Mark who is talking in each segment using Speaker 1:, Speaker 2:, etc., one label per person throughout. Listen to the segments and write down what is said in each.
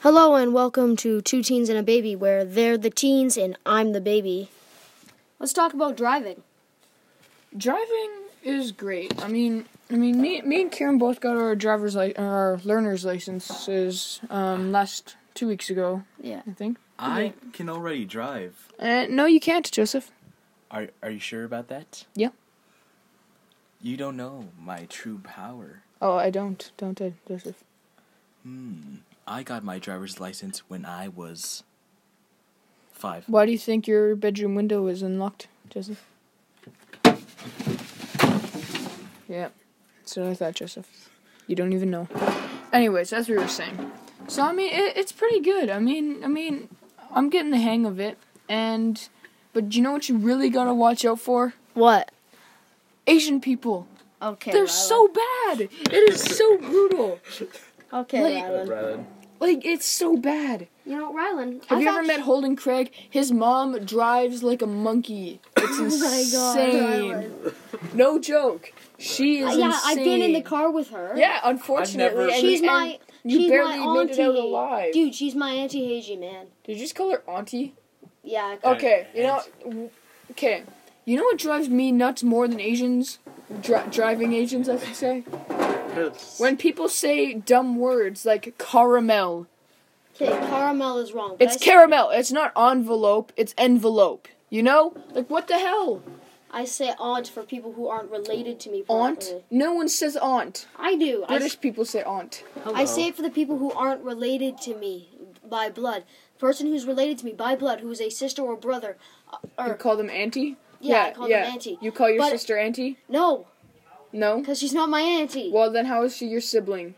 Speaker 1: Hello and welcome to Two Teens and a Baby, where they're the teens and I'm the baby. Let's talk about driving.
Speaker 2: Driving is great. I mean, I mean, me, me and Karen both got our driver's li- our learner's licenses um, last two weeks ago.
Speaker 1: Yeah.
Speaker 2: I think.
Speaker 3: I can already drive.
Speaker 2: Uh, no, you can't, Joseph.
Speaker 3: Are Are you sure about that?
Speaker 2: Yeah.
Speaker 3: You don't know my true power.
Speaker 2: Oh, I don't. Don't I, Joseph?
Speaker 3: Hmm. I got my driver's license when I was five.
Speaker 2: Why do you think your bedroom window was unlocked, Joseph? Yeah, that's what I thought, Joseph. You don't even know. Anyways, as we were saying, so I mean, it, it's pretty good. I mean, I mean, I'm getting the hang of it, and but you know what you really gotta watch out for?
Speaker 1: What?
Speaker 2: Asian people.
Speaker 1: Okay.
Speaker 2: They're so bad. It is so brutal.
Speaker 1: Okay,
Speaker 2: Wait. Like it's so bad.
Speaker 1: You know, Rylan.
Speaker 2: Have you ever met Holden Craig? His mom drives like a monkey. It's
Speaker 1: Oh
Speaker 2: insane. no joke. She is
Speaker 1: yeah,
Speaker 2: insane.
Speaker 1: I've been in the car with her.
Speaker 2: Yeah, unfortunately.
Speaker 3: I've never-
Speaker 2: and-
Speaker 1: She's
Speaker 2: and
Speaker 1: my.
Speaker 2: you
Speaker 1: she's my
Speaker 2: barely made
Speaker 1: auntie.
Speaker 2: it out alive.
Speaker 1: Dude, she's my auntie Hazy, man.
Speaker 2: Did you just call her auntie?
Speaker 1: Yeah. I-
Speaker 2: Okay, you know. w- Okay, you know what drives me nuts more than Asians, Dri- driving Asians, I should say. When people say dumb words like caramel,
Speaker 1: Okay, caramel is wrong. but
Speaker 2: it's
Speaker 1: I, s-
Speaker 2: caramel. It's not envelope. It's envelope. You know, like what the hell,
Speaker 1: I say aunt for people who aren't related to me.
Speaker 2: aunt?
Speaker 1: properly.
Speaker 2: No one says aunt.
Speaker 1: I do. Mm. I s-
Speaker 2: British people say aunt.
Speaker 1: I say it for the people who aren't related to me by blood. Person who's related to me by blood, who is a sister or brother, uh,
Speaker 2: You
Speaker 1: or
Speaker 2: call them auntie?
Speaker 1: Yeah, I call them auntie.
Speaker 2: You call your
Speaker 1: But-
Speaker 2: sister auntie?
Speaker 1: no,
Speaker 2: No.
Speaker 1: because she's not my auntie.
Speaker 2: Well, then how is she your sibling?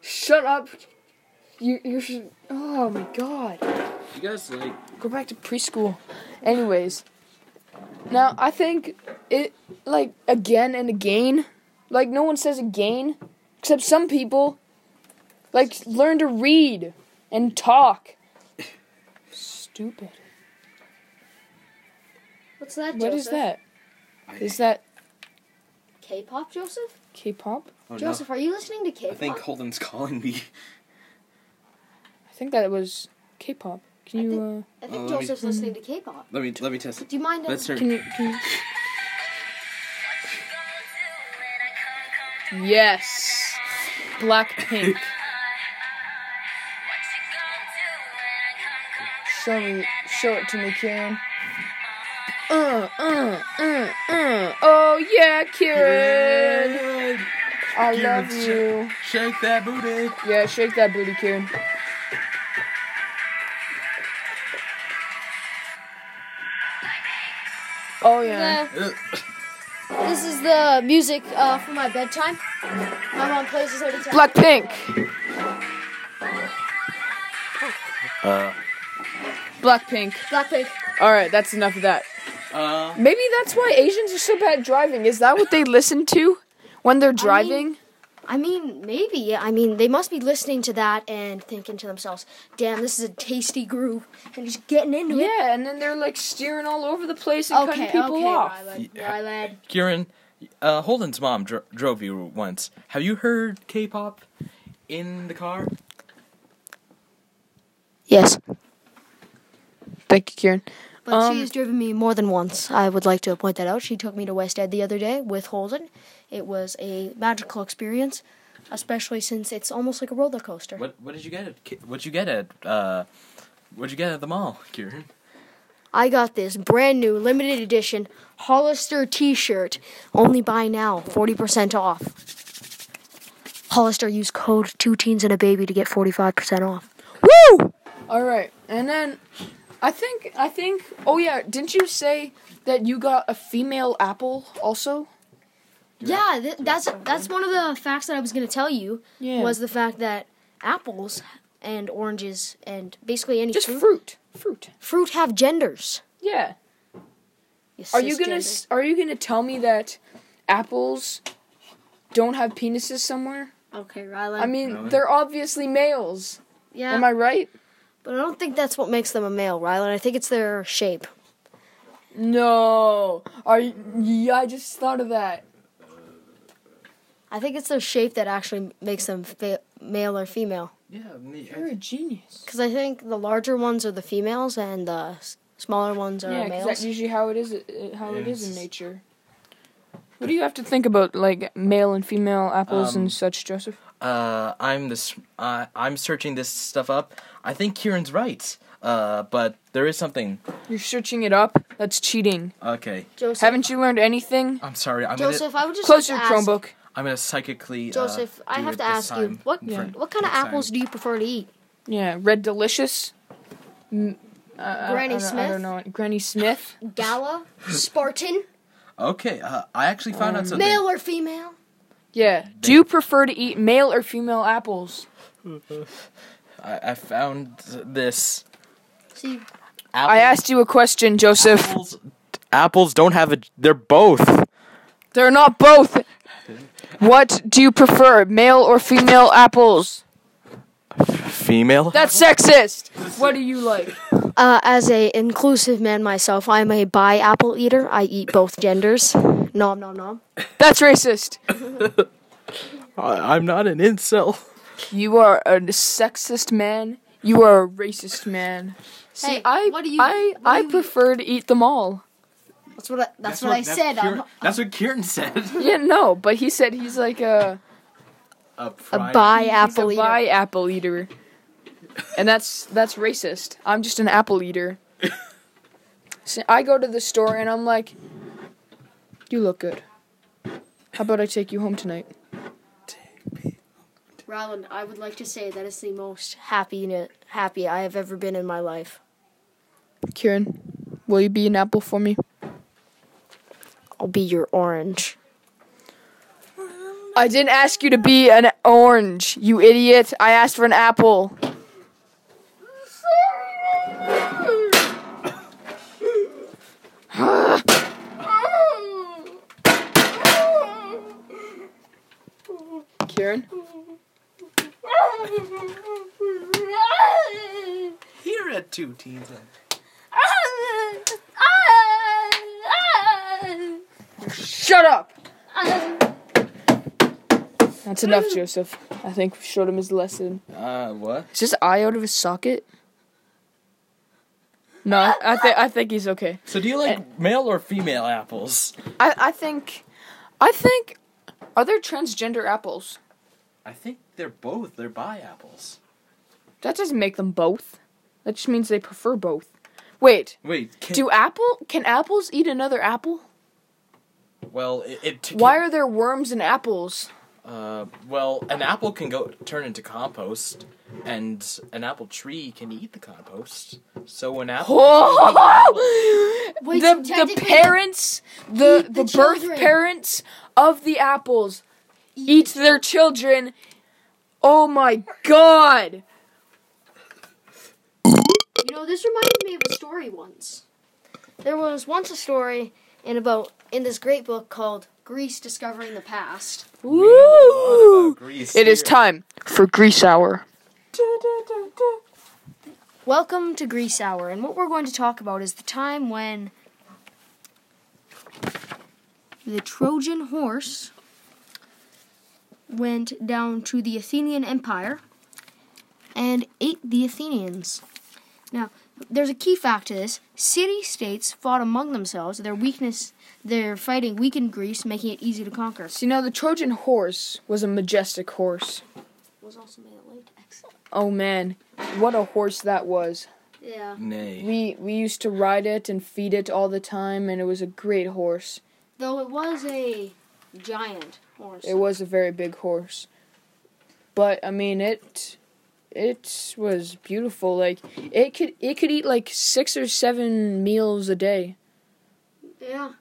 Speaker 2: Shut up. You you should. Oh my god.
Speaker 3: You guys like
Speaker 2: Go back to preschool. Anyways, now I think it like again and again. Like no one says again, except some people. Like learn to read and talk. Stupid.
Speaker 1: What's that?
Speaker 2: What
Speaker 1: Joseph?
Speaker 2: is that? Is that
Speaker 1: K-pop, Joseph.
Speaker 2: K-pop?
Speaker 3: oh, no.
Speaker 1: Joseph, are you listening to K-pop?
Speaker 3: I think Holden's calling me.
Speaker 2: I think that it was K-pop. Can
Speaker 1: I
Speaker 2: you
Speaker 1: think- I
Speaker 3: Oh,
Speaker 1: think
Speaker 3: let me-
Speaker 1: Joseph's listening to K-pop.
Speaker 3: Let me let me test.
Speaker 1: Do you mind? if-
Speaker 3: Let's
Speaker 2: uh,
Speaker 3: turn.
Speaker 2: can you can you Yes. Blackpink. Show me show it to me, Karen. Uh, uh, uh, uh. Oh yeah, Karen. I
Speaker 3: Karen,
Speaker 2: love you.
Speaker 3: Shake that booty.
Speaker 2: Yeah, shake that booty, Karen. Oh yeah.
Speaker 1: Uh, this is the music uh, for my bedtime. My mom plays this every time.
Speaker 2: Blackpink.
Speaker 3: Uh,
Speaker 2: Blackpink.
Speaker 1: Blackpink.
Speaker 2: All right, that's enough of that.
Speaker 3: uh,
Speaker 2: Maybe that's why Asians are so bad at driving. Is that what they listen to when they're driving?
Speaker 1: I mean, maybe. yeah, I mean, they must be listening to that and thinking to themselves, "Damn, this is a tasty groove," and just getting into it.
Speaker 2: yeah, and then they're like steering all over the place and cutting people off.
Speaker 1: Rylan,
Speaker 3: Yeah.
Speaker 1: Rylan.
Speaker 3: Kieran, uh, Holden's mom dro- drove you once. Have you heard K-pop in the car?
Speaker 1: Yes,
Speaker 2: Thank you, Kieran.
Speaker 1: but she
Speaker 2: Um,
Speaker 1: has driven me more than once. I would like to point that out. She took me to West Ed the other day with Holden. It was a magical experience, especially since it's almost like a roller coaster.
Speaker 3: What What did you get at K- What you get at uh, What you get at the mall, Kieran?
Speaker 1: I got this brand new limited edition Hollister T-shirt. Only buy now, forty percent off. Hollister use code two teens and a baby to get forty five percent off.
Speaker 2: Woo! All right, and then I think I think. Oh yeah, didn't you say that you got a female apple also?
Speaker 1: Yeah, th- that's that's one of the facts that I was gonna tell you.
Speaker 2: Yeah.
Speaker 1: Was the fact that apples and oranges and basically any
Speaker 2: Just
Speaker 1: fruit,
Speaker 2: fruit. Fruit.
Speaker 1: fruit have genders.
Speaker 2: Yeah. Are you gonna s- Are you gonna tell me that apples don't have penises somewhere?
Speaker 1: Okay, Rylan.
Speaker 2: I mean,
Speaker 3: Really?
Speaker 2: they're obviously males.
Speaker 1: yeah,
Speaker 2: Am I right?
Speaker 1: but I don't think that's what makes them a male, Rylan. I think it's their shape.
Speaker 2: No. Are you, yeah, I just thought of that.
Speaker 1: I think it's their shape that actually makes them fa- male or female.
Speaker 3: Yeah, and the-
Speaker 2: You're a genius.
Speaker 1: Because I think the larger ones are the females and the s- smaller ones are
Speaker 2: Yeah, 'cause
Speaker 1: males.
Speaker 2: that's usually how it is. uh, How it is in
Speaker 3: Yes.
Speaker 2: nature. What do you have to think about like male and female apples
Speaker 3: Um,
Speaker 2: and such, Joseph?
Speaker 3: uh, I'm this. Uh, I'm searching this stuff up. I think Kieran's right. Uh, but there is something.
Speaker 2: You're searching it up. That's cheating.
Speaker 3: Okay,
Speaker 1: Joseph,
Speaker 2: Haven't you learned anything?
Speaker 3: I'm sorry. I'm
Speaker 1: Joseph, I would just
Speaker 2: Close your
Speaker 1: like to ask,
Speaker 2: Chromebook.
Speaker 3: gonna. I'm gonna psychically. uh,
Speaker 1: Joseph, I
Speaker 3: do
Speaker 1: have
Speaker 3: it
Speaker 1: to
Speaker 3: this
Speaker 1: ask you
Speaker 3: time
Speaker 1: what
Speaker 3: for-
Speaker 1: what kind of
Speaker 3: next time.
Speaker 1: apples do you prefer to eat?
Speaker 2: Yeah, Red Delicious. Mm, uh,
Speaker 1: Granny
Speaker 2: I don't, I
Speaker 1: Smith?
Speaker 2: don't know. Granny Smith.
Speaker 1: Gala, Spartan,
Speaker 3: Okay, uh, I actually
Speaker 1: Um,
Speaker 3: found out something.
Speaker 1: male or female?
Speaker 2: Yeah. Do you prefer to eat male or female apples?
Speaker 3: I, I found this.
Speaker 1: See,
Speaker 3: Apple,
Speaker 2: I asked you a question, Joseph.
Speaker 3: apples. Apples don't have a. They're both.
Speaker 2: They're not both. What do you prefer, male or female apples?
Speaker 3: Female.
Speaker 2: That's sexist. What do you like?
Speaker 1: uh, as a inclusive man myself, I'm a bi apple eater. I eat both genders. Nom nom nom.
Speaker 2: That's racist.
Speaker 3: I, I'm not an incel.
Speaker 2: You are a sexist man. You are a racist man. See,
Speaker 1: Hey,
Speaker 2: I
Speaker 1: what do you-
Speaker 2: I
Speaker 1: what do
Speaker 2: I
Speaker 1: you-
Speaker 2: prefer to eat them all.
Speaker 1: That's what I, that's, what, I said.
Speaker 3: Kieran,
Speaker 1: I'm
Speaker 3: that's what Kieran said.
Speaker 2: Yeah, no, but he said he's like a
Speaker 3: a
Speaker 1: a
Speaker 3: prime-
Speaker 1: bi
Speaker 2: he's
Speaker 1: apple
Speaker 2: a
Speaker 1: eater.
Speaker 2: bi apple eater. And that's that's racist. I'm just an apple eater. See, I go to the store and I'm like, "You look good. How about I take you home tonight?"
Speaker 1: Rylan, I would like to say that it's the most happy happy I have ever been in my life.
Speaker 2: Kieran, will you be an apple for me?
Speaker 1: I'll be your orange.
Speaker 2: I didn't ask you to be an orange, you idiot. I asked for an apple. Kieran?
Speaker 3: Here at two teens.
Speaker 2: Shut up! That's enough, Joseph. I think we showed him his lesson.
Speaker 3: Uh, what?
Speaker 2: Is his eye out of his socket? No, I think I think he's okay.
Speaker 3: So do you
Speaker 2: Uh,
Speaker 3: like male or female apples?
Speaker 2: I, I think, I think, are there transgender apples?
Speaker 3: I think they're both. They're bi apples.
Speaker 2: That doesn't make them both. That just means they prefer both. Wait,
Speaker 3: Wait, can,
Speaker 2: do apple can apples eat another apple?
Speaker 3: well it. it t-
Speaker 2: Why are there worms in apples?
Speaker 3: uh, well, an apple can go turn into compost, and an apple tree can eat the compost. So an apple.
Speaker 2: Oh!
Speaker 1: Wait,
Speaker 2: the
Speaker 1: so
Speaker 2: the
Speaker 1: technically-
Speaker 2: parents, the
Speaker 1: Eat the
Speaker 2: the, birth
Speaker 1: children.
Speaker 2: parents of the apples eat their children. Oh my god!
Speaker 1: You know, this reminded me of a story once. There was once a story in about in this great book called Greece Discovering the Past.
Speaker 3: What
Speaker 2: Woo!
Speaker 3: about Greece
Speaker 2: It is
Speaker 3: here?
Speaker 2: time for Grease Hour.
Speaker 1: Welcome to Greece Hour, and what we're going to talk about is the time when the Trojan horse went down to the Athenian Empire and ate the Athenians. Now, there's a key fact to this. City states fought among themselves. Their weakness, their fighting weakened Greece, making it easy to conquer.
Speaker 2: So you know the Trojan horse was a majestic horse.
Speaker 1: Was also made a latex.
Speaker 2: Oh man, what a horse that was.
Speaker 1: Yeah.
Speaker 3: Nay.
Speaker 2: We we used to ride it and feed it all the time and it was a great horse.
Speaker 1: Though it was a giant horse.
Speaker 2: It was a very big horse. But I mean it it was beautiful. Like it could it could eat like 6 or 7 meals a day.
Speaker 1: Yeah.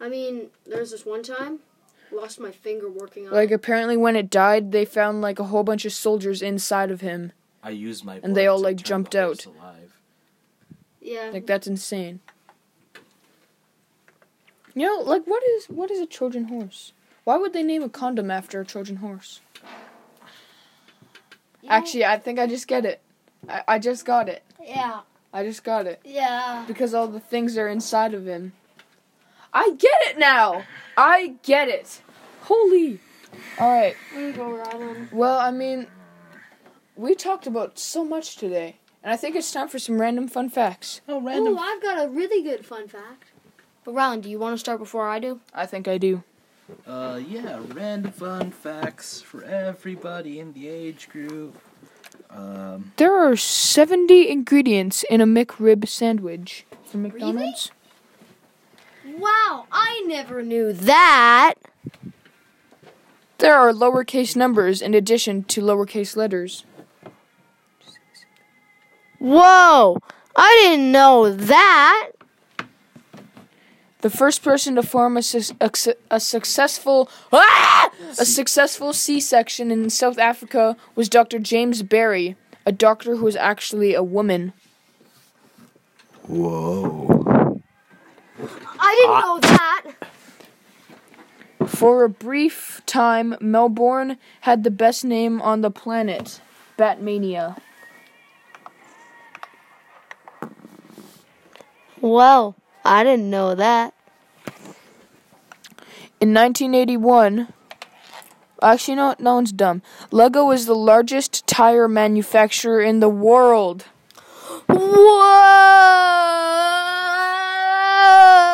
Speaker 1: I mean, there was this one time, lost my finger working on
Speaker 2: Like
Speaker 1: it.
Speaker 2: apparently when it died they found like a whole bunch of soldiers inside of him.
Speaker 3: I used my.
Speaker 2: And they
Speaker 3: blood
Speaker 2: all,
Speaker 3: to
Speaker 2: like,
Speaker 3: turn
Speaker 2: jumped
Speaker 3: the horse
Speaker 2: out.
Speaker 3: Alive.
Speaker 1: Yeah.
Speaker 2: Like that's insane. You know, like what is what is a Trojan horse? Why would they name a condom after a Trojan horse?
Speaker 1: You know-
Speaker 2: Actually, I think I just get it. I, I just got it.
Speaker 1: Yeah.
Speaker 2: I just got it.
Speaker 1: Yeah.
Speaker 2: Because all the things are inside of him. I get it now! I get it. Holy Alright.
Speaker 1: There you go, Rylan.
Speaker 2: Well I mean we talked about so much today, and I think it's time for some random fun facts.
Speaker 3: Oh,
Speaker 1: Ooh, I've got a really good fun fact. But Rylan, do you want to start before I do?
Speaker 2: I think I do.
Speaker 3: Uh, yeah, random fun facts for everybody in the age group. Um,
Speaker 2: There are 70 ingredients in a McRib sandwich from McDonald's.
Speaker 1: Wow, I never knew that.
Speaker 2: There are lowercase numbers in addition to lowercase letters.
Speaker 1: Whoa, I didn't know that.
Speaker 2: The first person to form a, sus- a, su- a successful ah! a successful C-section in South Africa was Dr. James Berry, a doctor who was actually a woman.
Speaker 3: Whoa.
Speaker 1: I didn't know that.
Speaker 2: For a brief time, Melbourne had the best name on the planet, Batmania.
Speaker 1: Whoa, I didn't know that.
Speaker 2: In 1981, actually no, no one's dumb. Lego is the largest tire manufacturer in the world.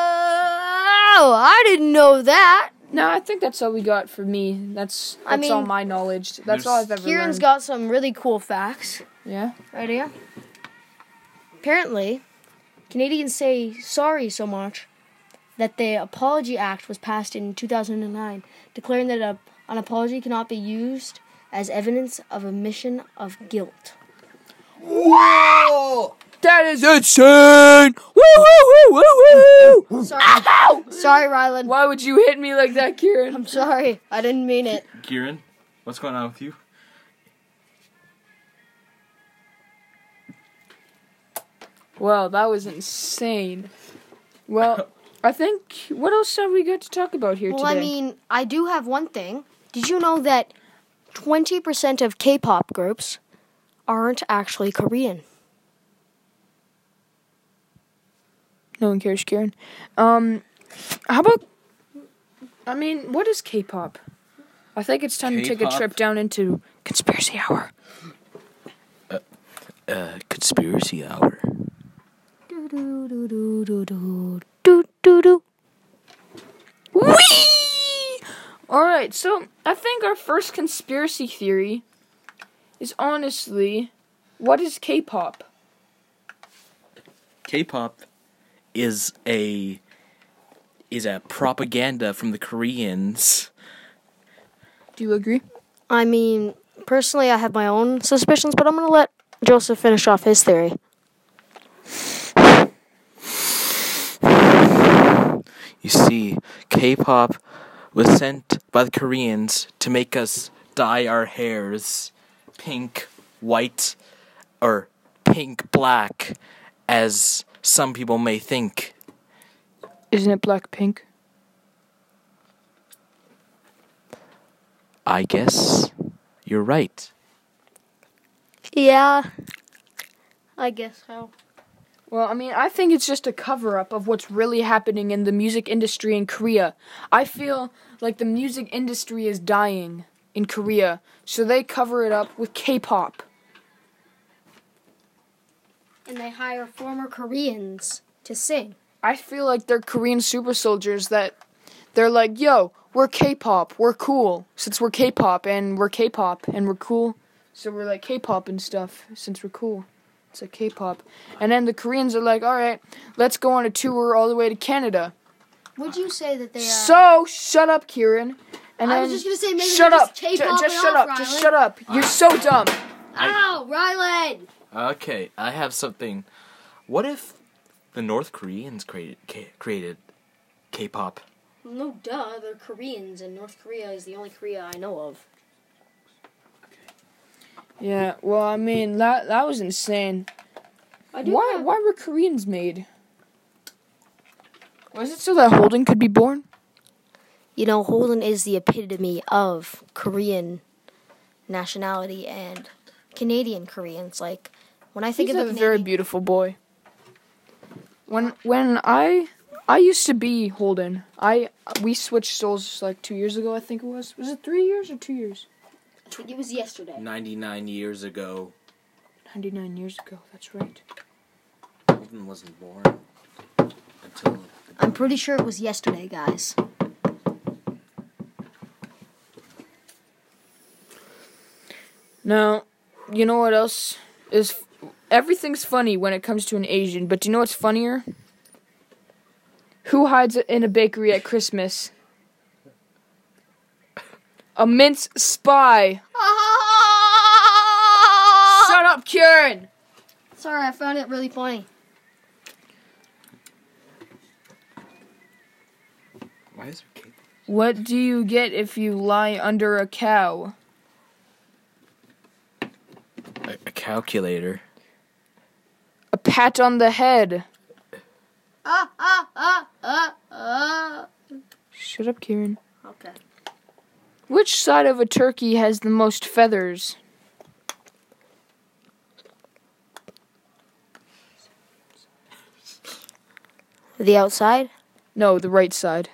Speaker 1: Whoa! I didn't know that.
Speaker 2: No, I think that's all we got for me. That's that's
Speaker 1: I
Speaker 2: all
Speaker 1: mean-
Speaker 2: my knowledge. That's all I've ever
Speaker 1: Kieran's
Speaker 2: learned.
Speaker 1: got some really cool facts
Speaker 2: yeah.
Speaker 1: right here. Apparently, Canadians say sorry so much that the Apology Act was passed in 2009, declaring that a, an apology cannot be used as evidence of admission of guilt.
Speaker 2: Wow! That is insane! Woo woo woo woo woo!
Speaker 1: Sorry, sorry, Rylan.
Speaker 2: Why would you hit me like that, Kieran?
Speaker 1: I'm sorry. I didn't mean it.
Speaker 3: Kieran, what's going on with you?
Speaker 2: Well, that was insane. Well, I think what else have we got to talk about here
Speaker 1: Well,
Speaker 2: today?
Speaker 1: I mean, I do have one thing. Did you know that 20% of K pop groups aren't actually Korean?
Speaker 2: no one cares, Kieran. Um, how about? I mean, what is K-pop? I think it's time to take a
Speaker 3: K-pop?
Speaker 2: trip down into conspiracy hour.
Speaker 3: Uh, conspiracy hour.
Speaker 2: Whee! All right, so I think our first conspiracy theory is honestly, what is K-pop?
Speaker 3: K-pop is a is a propaganda from the Koreans.
Speaker 2: Do you agree?
Speaker 1: I mean, personally, I have my own suspicions, but I'm going to let Joseph finish off his theory.
Speaker 3: You see, K-pop was sent by the Koreans to make us dye our hairs pink, white, or pink black, as some people may think.
Speaker 2: Isn't it Blackpink?
Speaker 3: I guess you're right.
Speaker 1: Yeah. I guess so.
Speaker 2: Well, I mean, I think it's just a cover up of what's really happening in the music industry in Korea. I feel like the music industry is dying in Korea, so they cover it up with K-pop.
Speaker 1: And they hire former Koreans to sing.
Speaker 2: I feel like they're Korean super soldiers that they're like, yo, we're K-pop, we're cool, since we're K-pop, and we're K-pop, and we're cool, so we're like K-pop and stuff, since we're cool. It's like K-pop. And then the Koreans are like, all right, let's go on a tour all the way to Canada.
Speaker 1: Would you say that they are.
Speaker 2: So, shut up, Kieran. And
Speaker 1: I
Speaker 2: then
Speaker 1: was just gonna say, maybe
Speaker 2: shut
Speaker 1: they're just
Speaker 2: up. Ju-
Speaker 1: K-popping
Speaker 2: just shut
Speaker 1: off,
Speaker 2: up. Just
Speaker 1: Rylan.
Speaker 2: shut up. You're so dumb.
Speaker 1: Ow, Ah, Rylan!
Speaker 3: Okay, I have something. What if the North Koreans created K- created K-pop?
Speaker 1: No, duh, they're Koreans, and North Korea is the only Korea I know of.
Speaker 2: Yeah. Well, I mean, that that was insane.
Speaker 1: I do
Speaker 2: Why
Speaker 1: have-
Speaker 2: why were Koreans made? Was it so that Holden could be born?
Speaker 1: You know, Holden is the epitome of Korean nationality and Canadian Koreans. Like, when I think
Speaker 2: He's
Speaker 1: of
Speaker 2: a
Speaker 1: the
Speaker 2: very
Speaker 1: Canadian-
Speaker 2: beautiful boy. When when I I used to be Holden. I we switched souls like two years ago. I think it was. Was it three years or two years?
Speaker 1: Tw- it was yesterday.
Speaker 3: 99 years ago.
Speaker 2: 99 years ago, that's right.
Speaker 3: Alden wasn't born until.
Speaker 1: I'm pretty sure it was yesterday, guys.
Speaker 2: Now, you know what else is. Everything's funny when it comes to an Asian, but do you know what's funnier? Who hides in a bakery at Christmas? A mince spy. Shut up, Kieran!
Speaker 1: Sorry, I found it really funny.
Speaker 3: Why is there cake?
Speaker 2: What do you get if you lie under a cow?
Speaker 3: A, a calculator.
Speaker 2: A pat on the head.
Speaker 1: Ah, ah, ah, ah, ah.
Speaker 2: Shut up, Kieran.
Speaker 1: Okay.
Speaker 2: Which side of a turkey has the most feathers?
Speaker 1: The outside?
Speaker 2: No, the right side.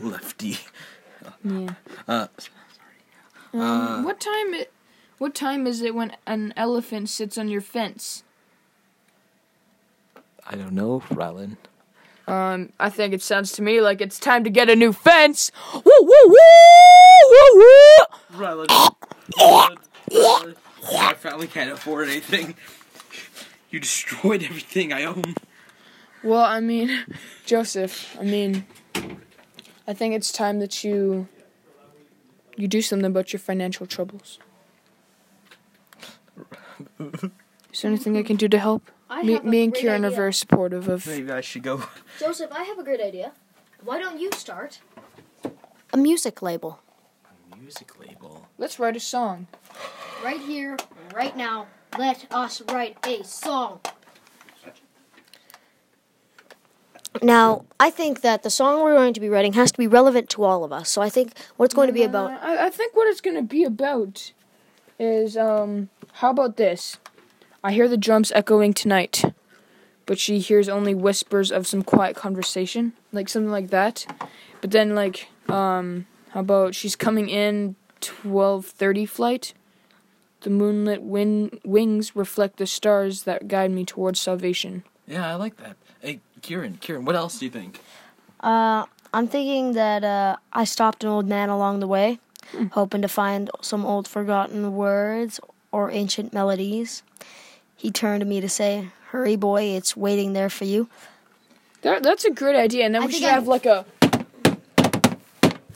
Speaker 3: Lefty.
Speaker 2: Yeah.
Speaker 3: Uh,
Speaker 2: Um,
Speaker 3: Uh,
Speaker 2: what time it? What time is it when an elephant sits on your fence?
Speaker 3: I don't know, Rylan.
Speaker 2: Um, I think it sounds to me like it's time to get a new fence. Woo woo woo woo woo.
Speaker 3: Rylan. Rylan. I finally can't afford anything. You destroyed everything I own.
Speaker 2: Well, I mean, Joseph, I mean, I think it's time that you you do something about your financial troubles. Is there anything I can do to help?
Speaker 1: I
Speaker 2: Me,
Speaker 1: have a
Speaker 2: me and
Speaker 1: great
Speaker 2: Kieran are
Speaker 1: idea.
Speaker 2: very supportive of.
Speaker 3: Maybe I should go.
Speaker 1: Joseph, I have a great idea. Why don't you start a music label
Speaker 3: Music label.
Speaker 2: Let's write a song.
Speaker 1: right here, right now? Let us write a song. Now, I think that the song we're going to be writing has to be relevant to all of us. So I think what it's going to be about
Speaker 2: Uh, I, I think what it's going to be about is um how about this? I hear the drums echoing tonight, but she hears only whispers of some quiet conversation, like something like that. But then like um how about she's coming in 12:30 flight? The moonlit win- wings reflect the stars that guide me towards salvation.
Speaker 3: Yeah, I like that. Hey, Kieran, Kieran, what else do you think?
Speaker 1: Uh, I'm thinking that uh, I stopped an old man along the way, hoping to find some old forgotten words or ancient melodies. He turned to me to say, "Hurry, boy, it's waiting there for you."
Speaker 2: That, that's a great idea. And then
Speaker 1: I
Speaker 2: we
Speaker 1: think
Speaker 2: should
Speaker 1: I-
Speaker 2: have like a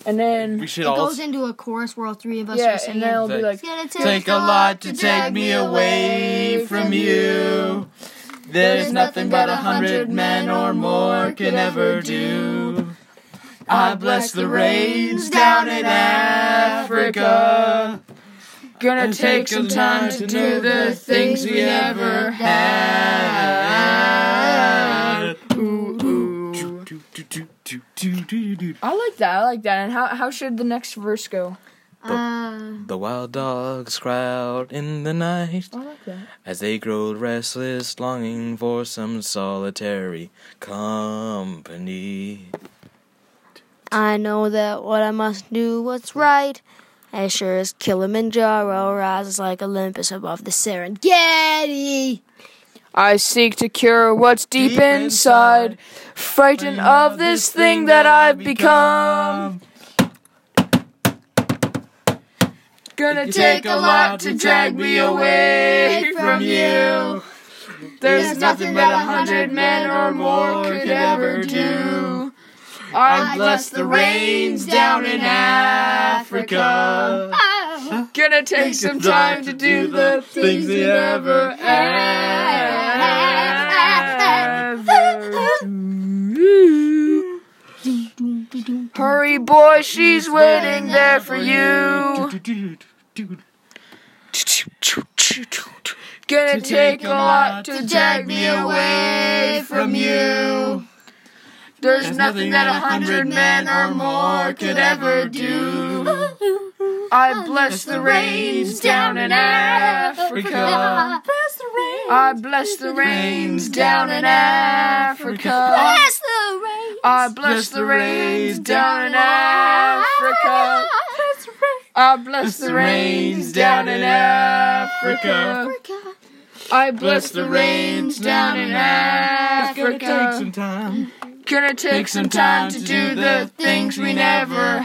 Speaker 2: and then
Speaker 3: should
Speaker 1: it goes into a chorus where all three of us
Speaker 2: yeah,
Speaker 1: are singing.
Speaker 2: and then it'll be
Speaker 3: Thanks.
Speaker 2: like
Speaker 1: It's gonna
Speaker 3: Take a lot to take me away from you. There's nothing but a hundred men or more can ever do. I bless the rains down in Africa.
Speaker 2: Gonna
Speaker 3: And
Speaker 2: take some time to do the things we never had. Ooh, ooh.
Speaker 3: The
Speaker 2: I like that. I like that. And how how should the next verse go?
Speaker 1: Uh,
Speaker 3: wild dogs cry out in the night
Speaker 2: I like that.
Speaker 3: as they grow restless, longing for some solitary company.
Speaker 1: I know that what I must do, what's right. As sure as Kilimanjaro rises like Olympus above the Serengeti.
Speaker 2: I seek to cure what's deep inside, frightened of this thing that I've become. Gonna take a lot to drag me away from you. There's nothing that a hundred men or more could ever do. I bless the rains down in Africa. Gonna take some time to do the things we never ever do. Hurry, boy, she's waiting there for you. Gonna take a lot to drag me away from you. There's nothing that a hundred men or more could ever do. I bless the rains down in Africa.
Speaker 1: Bless the rain.
Speaker 2: I bless the rains down in Africa.
Speaker 1: Bless the rain.
Speaker 2: I bless the rains down in Africa. I bless the rains down in Africa.
Speaker 1: Africa.
Speaker 2: I bless the rains down in Africa.
Speaker 3: time.
Speaker 2: Gonna take some time to do the things we never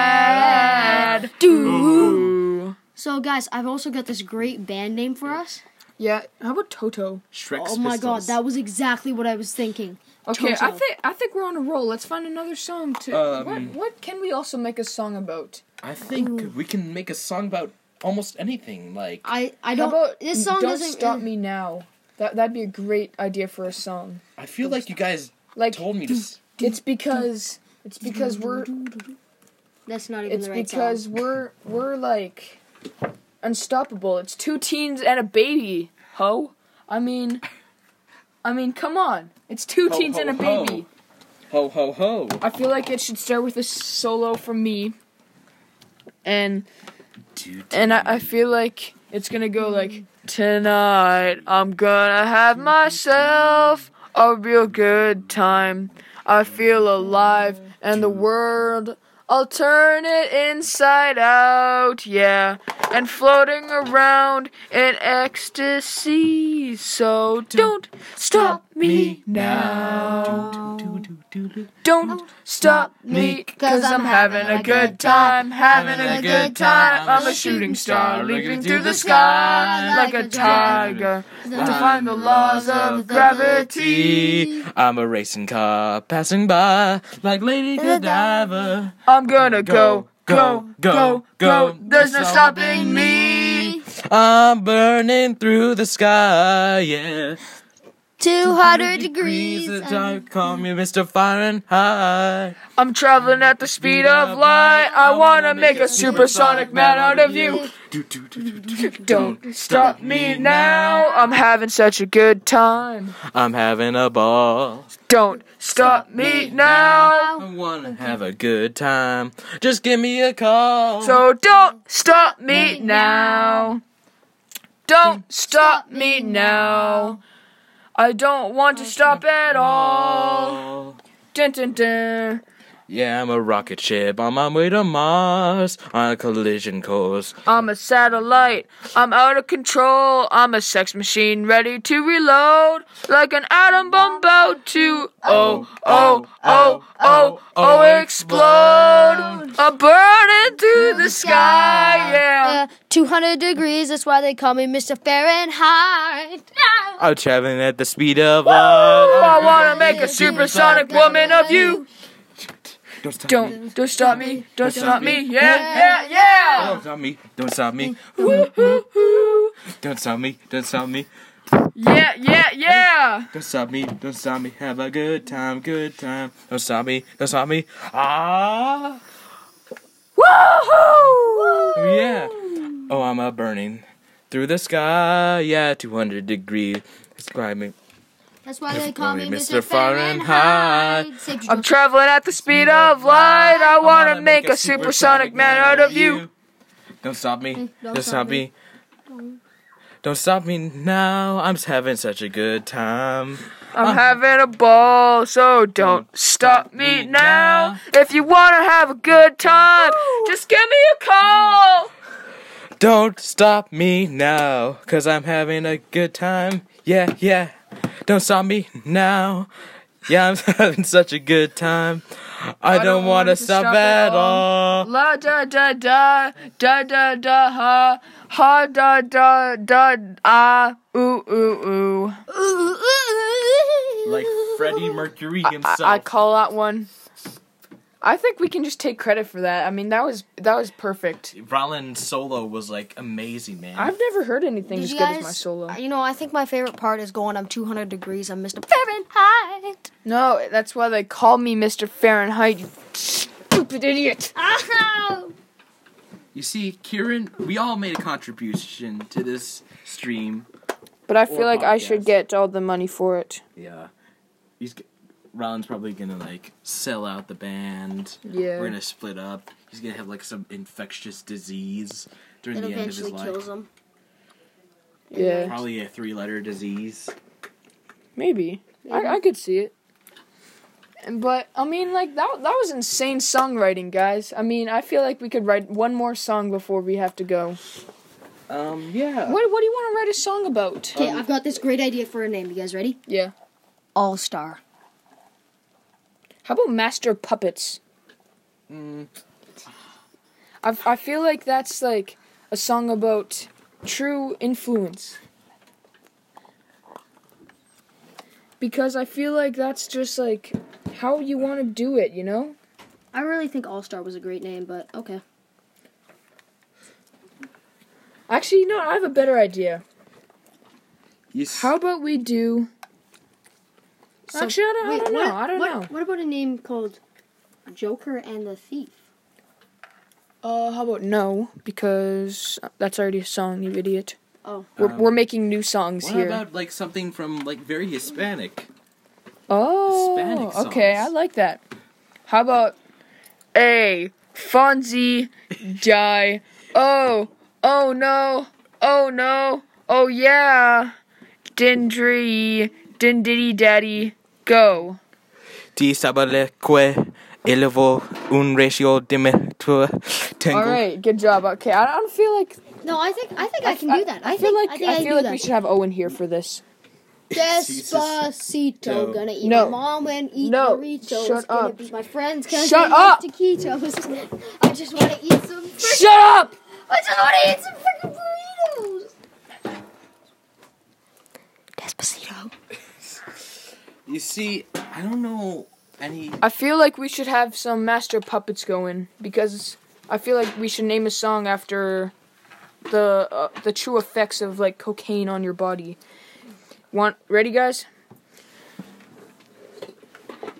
Speaker 2: had.
Speaker 1: Dude.
Speaker 2: Ooh.
Speaker 1: So guys, I've also got this great band name for us.
Speaker 2: Yeah, how about Toto?
Speaker 3: Shrek's
Speaker 1: oh my god,
Speaker 3: Pistols.
Speaker 1: that was exactly what I was thinking.
Speaker 2: Okay, I
Speaker 1: Toto.
Speaker 2: think I think we're on a roll. Let's find another song to. what
Speaker 3: Um,
Speaker 2: what can we also make a song about?
Speaker 3: I think we can make a song about almost anything. Like
Speaker 1: I I
Speaker 2: How
Speaker 1: don't.
Speaker 2: about
Speaker 1: this song
Speaker 2: don't
Speaker 1: doesn't
Speaker 4: e-
Speaker 2: stop me now. That that'd be a great idea for a song.
Speaker 3: I feel like you guys
Speaker 2: Like
Speaker 3: told me to. s-
Speaker 2: it's because it's because we're
Speaker 1: That's not even
Speaker 2: it's
Speaker 1: the right
Speaker 2: because we're we're like unstoppable. It's two teens and a baby. Ho, I mean, I mean, come on. It's two
Speaker 3: Ho,
Speaker 2: teens
Speaker 3: ho,
Speaker 2: and a
Speaker 3: ho.
Speaker 2: baby.
Speaker 3: Ho ho ho!
Speaker 2: I feel like it should start with a solo from me. And and I, I feel like it's gonna go like tonight i'm gonna have myself a real good time i feel alive and the world i'll turn it inside out yeah and floating around in ecstasy so don't stop me now don't stop me cause i'm having a good time having a good time i'm a shooting star leaping through the sky like a tiger to find the laws of gravity
Speaker 3: I'm a racing car passing by, like Lady Godiva.
Speaker 2: i'm gonna go go go go there's no stopping me
Speaker 3: I'm burning through the sky, yeah.
Speaker 1: Two hundred
Speaker 3: Degrees
Speaker 1: degrees.
Speaker 3: of
Speaker 1: and-
Speaker 3: dark, call me Mr. Fahrenheit.
Speaker 2: i'm traveling at the speed of light i wanna make a supersonic man out of you don't stop me now i'm having such a good time
Speaker 3: I'm having a ball.
Speaker 2: Don't stop me now.
Speaker 3: I wanna have a good time. Just give me a call.
Speaker 2: So don't stop Uh-huh. me now. Don't stop me now. I don't want to stop at all. Dun, dun, dun.
Speaker 3: Oh, Yeah, I'm a rocket ship. I'm on my way to Mars on a collision course.
Speaker 2: I'm a satellite. I'm out of control. I'm a sex machine ready to reload. Like an atom bomb about to oh, oh, oh, oh, oh, explode. I'm burning through the sky,
Speaker 1: Yeah,
Speaker 2: yeah.
Speaker 1: 200 uh, degrees, that's why they call me Mr. Fahrenheit. Ah!
Speaker 3: I'm traveling at the speed of
Speaker 2: I
Speaker 3: light.
Speaker 2: wanna make a supersonic woman of you.
Speaker 3: Don't stop me.
Speaker 2: Don't don't stop me. Don't stop me. Yeah, yeah,
Speaker 3: Don't stop me. Don't stop me. Don't stop me. Don't stop me.
Speaker 2: yeah, yeah, yeah, yeah.
Speaker 3: Don't stop me. Don't stop me. Have a good time. Good time. Don't stop me. Don't stop me. Ah.
Speaker 2: Woohoo!
Speaker 3: Yeah. Oh, I'm a burning through the sky. Yeah, 200 degrees. It's climbing.
Speaker 1: That's why they call me
Speaker 3: Definitely
Speaker 1: Mr.
Speaker 3: Mr. Fahrenheit.
Speaker 1: Fahrenheit. Six
Speaker 2: I'm traveling at the speed of light. I wanna
Speaker 3: Wanna
Speaker 2: make a supersonic man out of you.
Speaker 3: Don't stop me.
Speaker 1: don't
Speaker 3: Don't,
Speaker 1: stop
Speaker 3: stop me. Don't stop me now. I'm just having such a good time.
Speaker 2: I'm having a ball, so Uh-huh. don't stop me now. If you wanna have a good time, just give me a call.
Speaker 3: Don't stop me now, cause I'm having a good time. Yeah, yeah. Don't stop me now. Yeah, I'm having such a good time. I, don't, want to stop, at all.
Speaker 2: La da da da da da da ha ha da da da ah ooh ooh ooh.
Speaker 3: Like Freddie Mercury
Speaker 2: I,
Speaker 3: himself.
Speaker 2: I call that one. I think we can just take credit for that. I mean, that was that was perfect.
Speaker 3: Rollins solo was like amazing, man.
Speaker 2: I've never heard anything
Speaker 1: Did
Speaker 2: as
Speaker 1: you
Speaker 2: good as my
Speaker 1: guys,
Speaker 2: solo.
Speaker 1: you know, I think my favorite part is going, I'm 200 degrees, I'm Mr. Fahrenheit.
Speaker 2: No, that's why they call me Mr. Fahrenheit. You stupid idiot.
Speaker 1: Ow!
Speaker 3: You see, Kieran, we all made a contribution to this stream.
Speaker 2: But I feel
Speaker 3: Or
Speaker 2: like I should
Speaker 3: podcast.
Speaker 2: get all the money for it.
Speaker 3: Yeah. He's g- Ron's probably gonna like sell out the band.
Speaker 2: Yeah.
Speaker 3: We're gonna split up. He's gonna have like some infectious disease during
Speaker 1: It
Speaker 3: the end of his
Speaker 1: eventually
Speaker 3: life.
Speaker 1: kills him.
Speaker 2: Yeah,
Speaker 3: Probably a three letter disease.
Speaker 2: maybe. I, I could see it. But I mean, like that that was insane songwriting, guys. I mean, I feel like we could write one more song before we have to go.
Speaker 3: Um, yeah.
Speaker 2: What What do you want to write a song about?
Speaker 4: Okay, I've got this great idea for a name. You guys ready?
Speaker 2: Yeah.
Speaker 4: All Star.
Speaker 2: How about Master Puppets?
Speaker 3: Mm,
Speaker 2: I I feel like that's like a song about true influence. Because I feel like that's just like how you want to do it, you know?
Speaker 4: I really think All Star was a great name, but okay.
Speaker 2: Actually, you know, what? I have a better idea.
Speaker 3: you s-
Speaker 2: How about we do? Actually, I don't, I
Speaker 4: Wait,
Speaker 2: don't know.
Speaker 4: what-
Speaker 2: I don't
Speaker 4: what-
Speaker 2: know.
Speaker 4: What about a name called Joker and the Thief?
Speaker 2: Uh, how about no? Because that's already a song, you idiot.
Speaker 4: Oh.
Speaker 2: We're,
Speaker 3: Um,
Speaker 2: we're making new songs
Speaker 3: What
Speaker 2: here.
Speaker 3: about like something from like very Hispanic?
Speaker 2: oh,
Speaker 3: Hispanic
Speaker 2: okay, I
Speaker 3: songs?
Speaker 2: like that. How about a Fonzie die? Oh, oh no, oh no, oh yeah, Dindry, din diddy daddy, go.
Speaker 3: Di sabaleque elevo un ratio dimetua tengo.
Speaker 2: All right, good job. Okay, I I don't feel like
Speaker 4: No, I think I think I, can do that. I,
Speaker 2: feel like
Speaker 4: think I think I,
Speaker 2: feel
Speaker 4: do
Speaker 2: like
Speaker 4: that.
Speaker 2: we should have Owen here for this.
Speaker 4: Despacito,
Speaker 3: No.
Speaker 4: gonna eat
Speaker 2: No.
Speaker 4: my mom and eat
Speaker 2: No.
Speaker 4: burritos.
Speaker 2: Shut
Speaker 4: gonna
Speaker 2: up.
Speaker 4: Be my friends gonna
Speaker 2: Shut
Speaker 4: get
Speaker 2: up.
Speaker 4: taquitos. I just wanna eat some. Fr-
Speaker 2: Shut up!
Speaker 4: I just wanna eat some freaking burritos. Despacito.
Speaker 3: You see, I don't know any.
Speaker 2: I feel like we should have some master puppets going because I feel like we should name a song after the uh, the true effects of like cocaine on your body. Want ready, guys?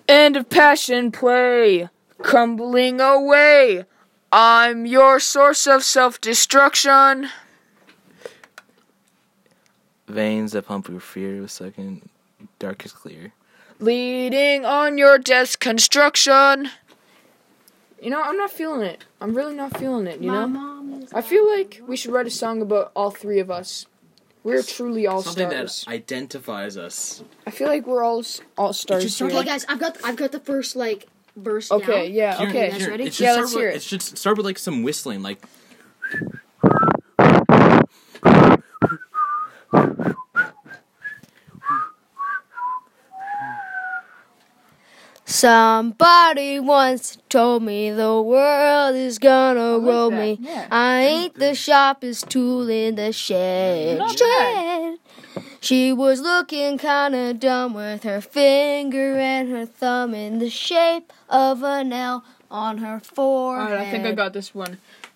Speaker 2: End of passion play, crumbling away. I'm your source of self destruction.
Speaker 3: Veins that pump your fear with second dark is clear.
Speaker 2: leading on your death's construction. You know, I'm not feeling it. I'm really not feeling it, you
Speaker 4: my
Speaker 2: know?
Speaker 4: mom is.
Speaker 2: I feel like we should write a song about all three of us. We're truly all
Speaker 3: Something
Speaker 2: stars.
Speaker 3: that identifies us.
Speaker 2: I feel like we're all s- all stars
Speaker 3: just not
Speaker 2: here.
Speaker 4: Okay, guys, I've got I've got the first like verse
Speaker 2: okay,
Speaker 4: down.
Speaker 2: yeah,
Speaker 3: Here-
Speaker 2: okay.
Speaker 4: guys
Speaker 3: here,
Speaker 4: ready?
Speaker 3: It should
Speaker 2: Yeah,
Speaker 3: start
Speaker 2: let's
Speaker 3: with,
Speaker 2: hear it.
Speaker 3: It should start with like some whistling, like
Speaker 4: Somebody once told me the world is gonna
Speaker 2: like
Speaker 4: roll
Speaker 2: that,
Speaker 4: me.
Speaker 2: yeah.
Speaker 4: I ain't the sharpest tool in the shed.
Speaker 2: Not
Speaker 4: shed. She was looking kinda dumb with her finger and her thumb in the shape of an L on her forehead.
Speaker 2: Alright, I think I got this one.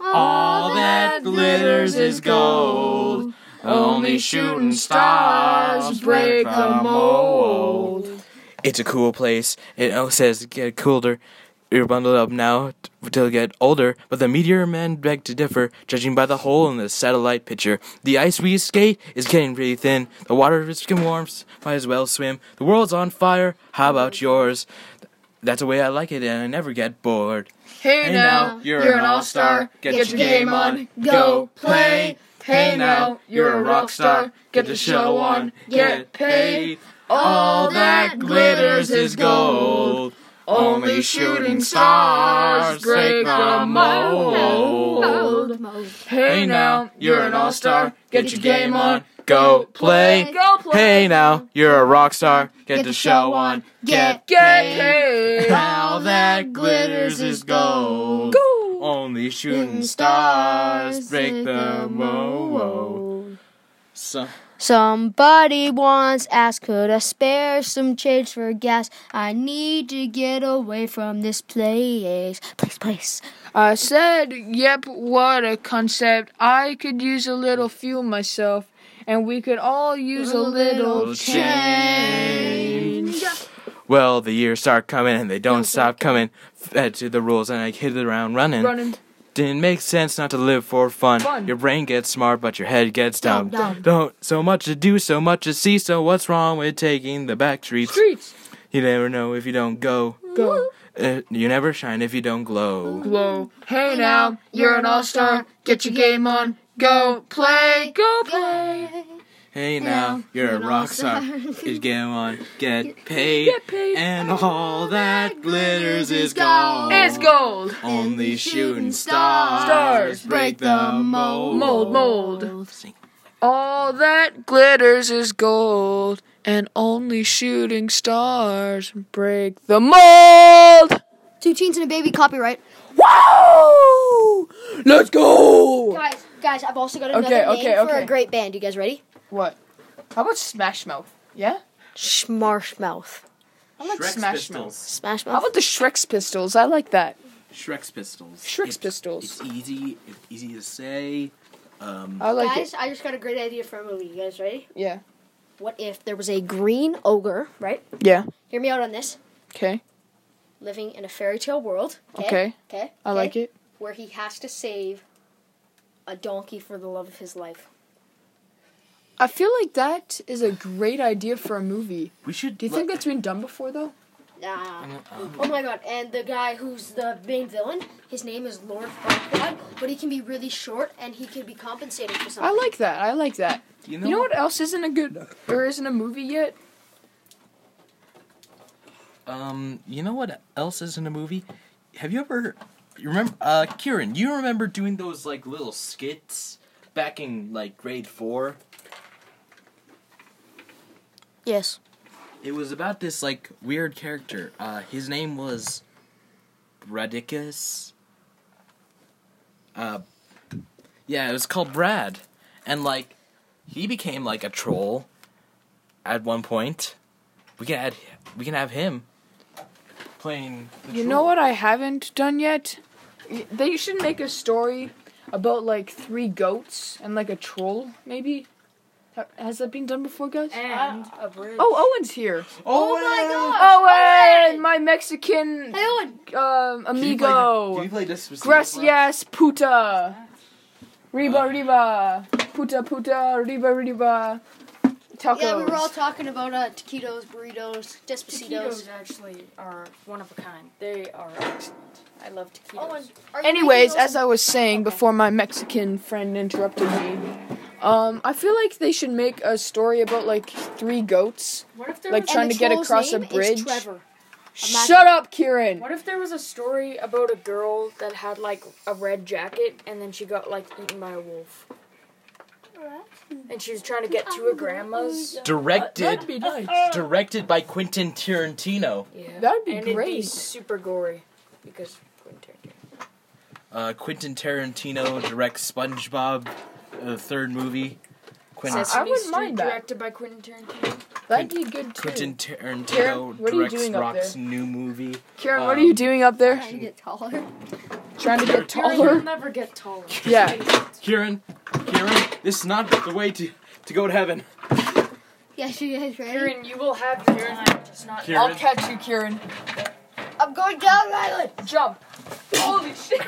Speaker 3: All that glitters is gold. Only shooting stars break the mold. It's a cool place. It all says get colder. You're bundled up now t- to get older, but the meteor man beg to differ, judging by the hole in the satellite picture. The ice we skate is getting pretty thin. The water is getting warm, s- might as well swim. The world's on fire, how about yours? That's the way I like it, and I never get bored.
Speaker 2: Hey, now, you're, an all star. Get, your game on, go play. Hey now, you're a rock star. Get the show on, get paid.
Speaker 3: All that glitters is gold. Only shooting stars break the mold. Hey now, you're an all star. Get your game on, go play.
Speaker 2: Go play.
Speaker 3: Hey now, you're a rock star. Get the show on, get
Speaker 2: Get
Speaker 3: paid.
Speaker 2: paid.
Speaker 3: All that glitters is gold. Only shooting stars break the mold. So,
Speaker 4: Somebody once asked, could I spare some change for gas? I need to get away from this place. Place, place.
Speaker 2: I said, yep, what a concept. I could use a little fuel myself, and we could all use a little
Speaker 3: change. well, the years start coming and they don't
Speaker 2: Don't
Speaker 3: stop coming. Fed to the rules and I hit the ground running.
Speaker 2: Running.
Speaker 3: Didn't make sense not to live for fun.
Speaker 2: Fun.
Speaker 3: Your brain gets smart, but your head gets dumb.
Speaker 1: Dumb, dumb.
Speaker 3: Don't so much to do, so much to see. So what's wrong with taking the back streets?
Speaker 2: Streets.
Speaker 3: You never know if you don't go.
Speaker 2: Go.
Speaker 3: Uh, you never shine if you don't glow.
Speaker 2: Glow. Hey now, you're an all star. Get your game on. Go play. Go play.
Speaker 3: Hey now, you're a rock star. You get on, get paid,
Speaker 2: paid.
Speaker 3: and all that glitters is gold.
Speaker 1: gold.
Speaker 2: It's gold.
Speaker 3: Only shooting
Speaker 1: shooting
Speaker 3: stars,
Speaker 2: stars
Speaker 3: break the mold.
Speaker 2: Mold, mold.
Speaker 3: Sing.
Speaker 2: All that glitters is gold, and only shooting stars break the mold.
Speaker 1: Two teens and a baby copyright.
Speaker 2: Woo! Let's go.
Speaker 1: Guys, guys, I've also got another
Speaker 2: Okay, okay,
Speaker 1: name for
Speaker 2: okay.
Speaker 1: a great band. You guys ready?
Speaker 2: What? How about Smash Mouth? Yeah.
Speaker 1: Schmarshmouth.
Speaker 2: I like
Speaker 3: Shrek's
Speaker 2: Smash Mouth.
Speaker 3: pistols.
Speaker 1: Smash
Speaker 2: How
Speaker 1: Mouth.
Speaker 2: about the Shrek's Pistols? I like that.
Speaker 3: Shrek's pistols.
Speaker 2: Shrek's
Speaker 3: It's-
Speaker 2: pistols.
Speaker 3: It's easy. It's easy to say. Um,
Speaker 2: I like
Speaker 1: guys,
Speaker 2: it.
Speaker 1: I just got a great idea for a movie. You guys ready?
Speaker 2: Yeah.
Speaker 1: What if there was a green ogre, right?
Speaker 2: Yeah.
Speaker 1: Hear me out on this.
Speaker 2: Okay.
Speaker 1: Living in a fairy tale world.
Speaker 2: Okay.
Speaker 1: Okay.
Speaker 2: I like it.
Speaker 1: Where he has to save a donkey for the love of his life.
Speaker 2: I feel like that is a great idea for a movie.
Speaker 3: we should.
Speaker 2: Do you think that's been done before though?
Speaker 1: Ah. Oh my god, and the guy who's the main villain, his name is Lord Farquaad, but he can be really short and he can be compensated for something.
Speaker 2: I like that. I like that.
Speaker 3: You know,
Speaker 2: You know what else isn't a good or isn't a movie yet?
Speaker 3: Um, you know what else is in a movie? Have you ever? You remember, uh, Kieran? You remember doing those like little skits back in like grade four?
Speaker 1: Yes.
Speaker 3: It was about this like weird character. Uh, his name was Bradicus. Uh, yeah, it was called Brad, and like he became like a troll at one point. We can add, we can have him playing. The
Speaker 2: You
Speaker 3: troll.
Speaker 2: know what I haven't done yet? Y- They should make a story about like three goats and like a troll, maybe. Ha- Has that been done before, guys?
Speaker 1: And
Speaker 5: Uh,
Speaker 1: a bridge.
Speaker 2: Oh, Owen's here.
Speaker 1: Oh my God.
Speaker 2: Owen, my Mexican
Speaker 1: Hey, Owen!
Speaker 2: um,
Speaker 3: Can you play the- Can
Speaker 2: amigo.
Speaker 3: you Uh. play this specific one?
Speaker 2: Gracias, puta. Riba, riba. Puta, puta. Riba, riba. Tacos.
Speaker 1: Yeah, we were all talking about uh, taquitos, burritos,
Speaker 5: Taquitos
Speaker 1: despacitos.
Speaker 5: actually are one of a kind. They are excellent. I love taquitos.
Speaker 1: Owen, are you
Speaker 2: Anyways,
Speaker 1: making
Speaker 2: as
Speaker 1: those-
Speaker 2: I was saying before my Mexican friend interrupted me, um, I feel like they should make a story about like three goats.
Speaker 5: what if there
Speaker 2: like,
Speaker 5: was
Speaker 2: trying
Speaker 1: And the
Speaker 2: to get
Speaker 1: troll's
Speaker 2: across a
Speaker 1: name is
Speaker 2: bridge.
Speaker 1: Trevor.
Speaker 2: Shut up, Kieran.
Speaker 5: what if there was a story about a girl that had like a red jacket and then she got like eaten by a wolf? And she was trying to get to her grandma's.
Speaker 3: Directed,
Speaker 2: be nice.
Speaker 3: directed by Quentin Tarantino.
Speaker 5: Yeah.
Speaker 2: That'd be
Speaker 5: and It'd be
Speaker 2: great.
Speaker 5: super gory because Quentin Tarantino.
Speaker 3: Uh, Quentin Tarantino directs SpongeBob, the third movie. Quentin,
Speaker 5: Sesame
Speaker 2: wouldn't
Speaker 5: Street
Speaker 2: mind that.
Speaker 5: directed by Quentin Tarantino.
Speaker 2: That'd be good too.
Speaker 3: Quentin Tarantino
Speaker 2: Karen, what are you
Speaker 3: directs
Speaker 2: doing up
Speaker 3: Rock's
Speaker 2: there?
Speaker 3: new movie.
Speaker 2: Kieran, what are you doing up there?
Speaker 1: Trying to get taller.
Speaker 2: Trying to get
Speaker 5: You'll
Speaker 2: taller?
Speaker 5: never get taller.
Speaker 2: Yeah.
Speaker 3: Kieran, Kieran, this is not the way to to go to heaven.
Speaker 1: Yes, you guys ready?
Speaker 5: Kieran, you will have your time. Just not.
Speaker 2: I'll
Speaker 3: Kieran,
Speaker 2: catch you, Kieran.
Speaker 1: I'm going down, Rylan!
Speaker 2: Jump. Holy shit.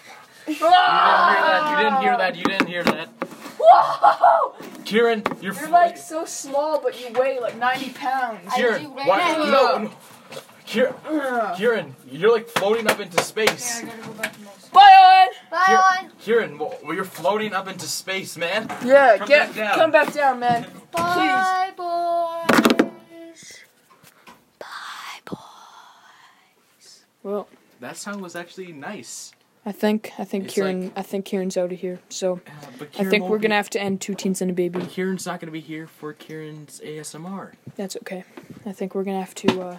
Speaker 3: you didn't hear that. You didn't hear that. You didn't hear
Speaker 2: Whoa!
Speaker 3: that. Kieran, you're,
Speaker 2: You're like so small, but you weigh like 90 pounds.
Speaker 3: Kieran,
Speaker 1: do right
Speaker 3: why,
Speaker 1: now.
Speaker 3: no, no. Kieran, Kieran, you're like floating up into space.
Speaker 5: I gotta go back to my.
Speaker 2: Bye,
Speaker 1: Rylan!
Speaker 3: Kieran, well, you're floating up into space, man.
Speaker 2: Owen! Yeah,
Speaker 3: Come
Speaker 2: get
Speaker 3: back down.
Speaker 2: come back down, man.
Speaker 1: Bye, boys!
Speaker 2: Well,
Speaker 3: That sound was actually nice.
Speaker 2: I think I think
Speaker 3: It's
Speaker 2: Kieran I think Kieran's out of here. So
Speaker 3: Uh, but
Speaker 2: I think we're gonna have to end two teens and a baby.
Speaker 3: Kieran's not gonna be here for Kieran's ASMR.
Speaker 2: That's okay. I think we're gonna have to. uh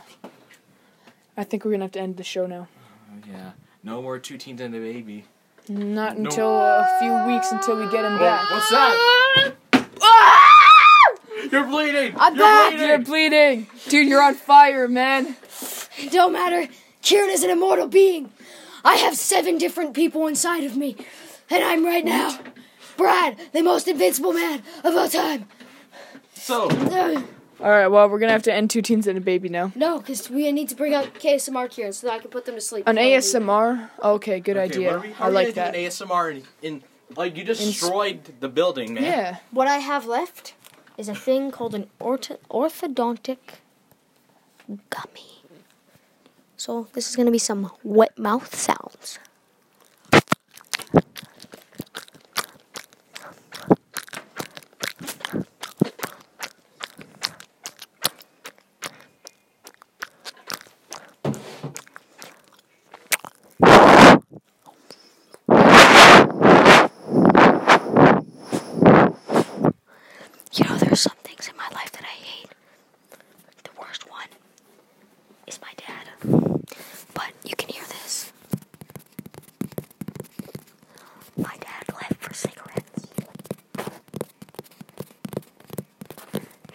Speaker 2: I think we're gonna have to end the show now.
Speaker 3: Oh, yeah. No more two teens and a baby.
Speaker 2: Not
Speaker 3: No.
Speaker 2: until a few weeks until we get him
Speaker 3: Whoa,
Speaker 2: back.
Speaker 3: what's that? You're bleeding.
Speaker 2: I'm
Speaker 3: You're
Speaker 2: back.
Speaker 3: Bleeding.
Speaker 2: Ah, You're bleeding, dude. You're on fire, man.
Speaker 1: It don't matter. Kieran is an immortal being. I have seven different people inside of me, and I'm right now Brad, the most invincible man of all time.
Speaker 3: so,
Speaker 1: Uh,
Speaker 2: All right. Well, we're gonna have to end two teens and a baby now.
Speaker 4: No, because we need to bring out KSMR Kieran so that I can put them to sleep.
Speaker 2: An
Speaker 4: before we leave.
Speaker 2: ASMR. Okay, good idea. I like that.
Speaker 3: An ASMR in, in like you
Speaker 2: In-
Speaker 3: destroyed the building, man.
Speaker 2: yeah.
Speaker 1: What I have left is a thing called an orto- orthodontic gummy. So this is gonna be some wet mouth sounds. You know, there's some things in my life that I hate. The worst one is my dad. But you can hear this. My dad left for cigarettes.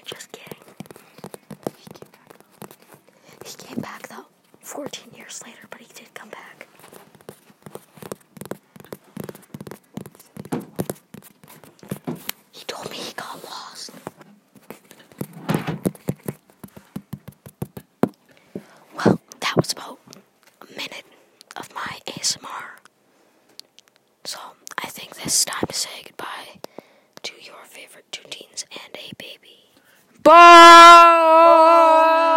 Speaker 1: Just kidding. He came back though. 14 years later, but he did come back. He told me he got lost. Well, that was about a minute of my ASMR. So I think it's time to say goodbye to your favorite two teens and a baby.
Speaker 2: Bye.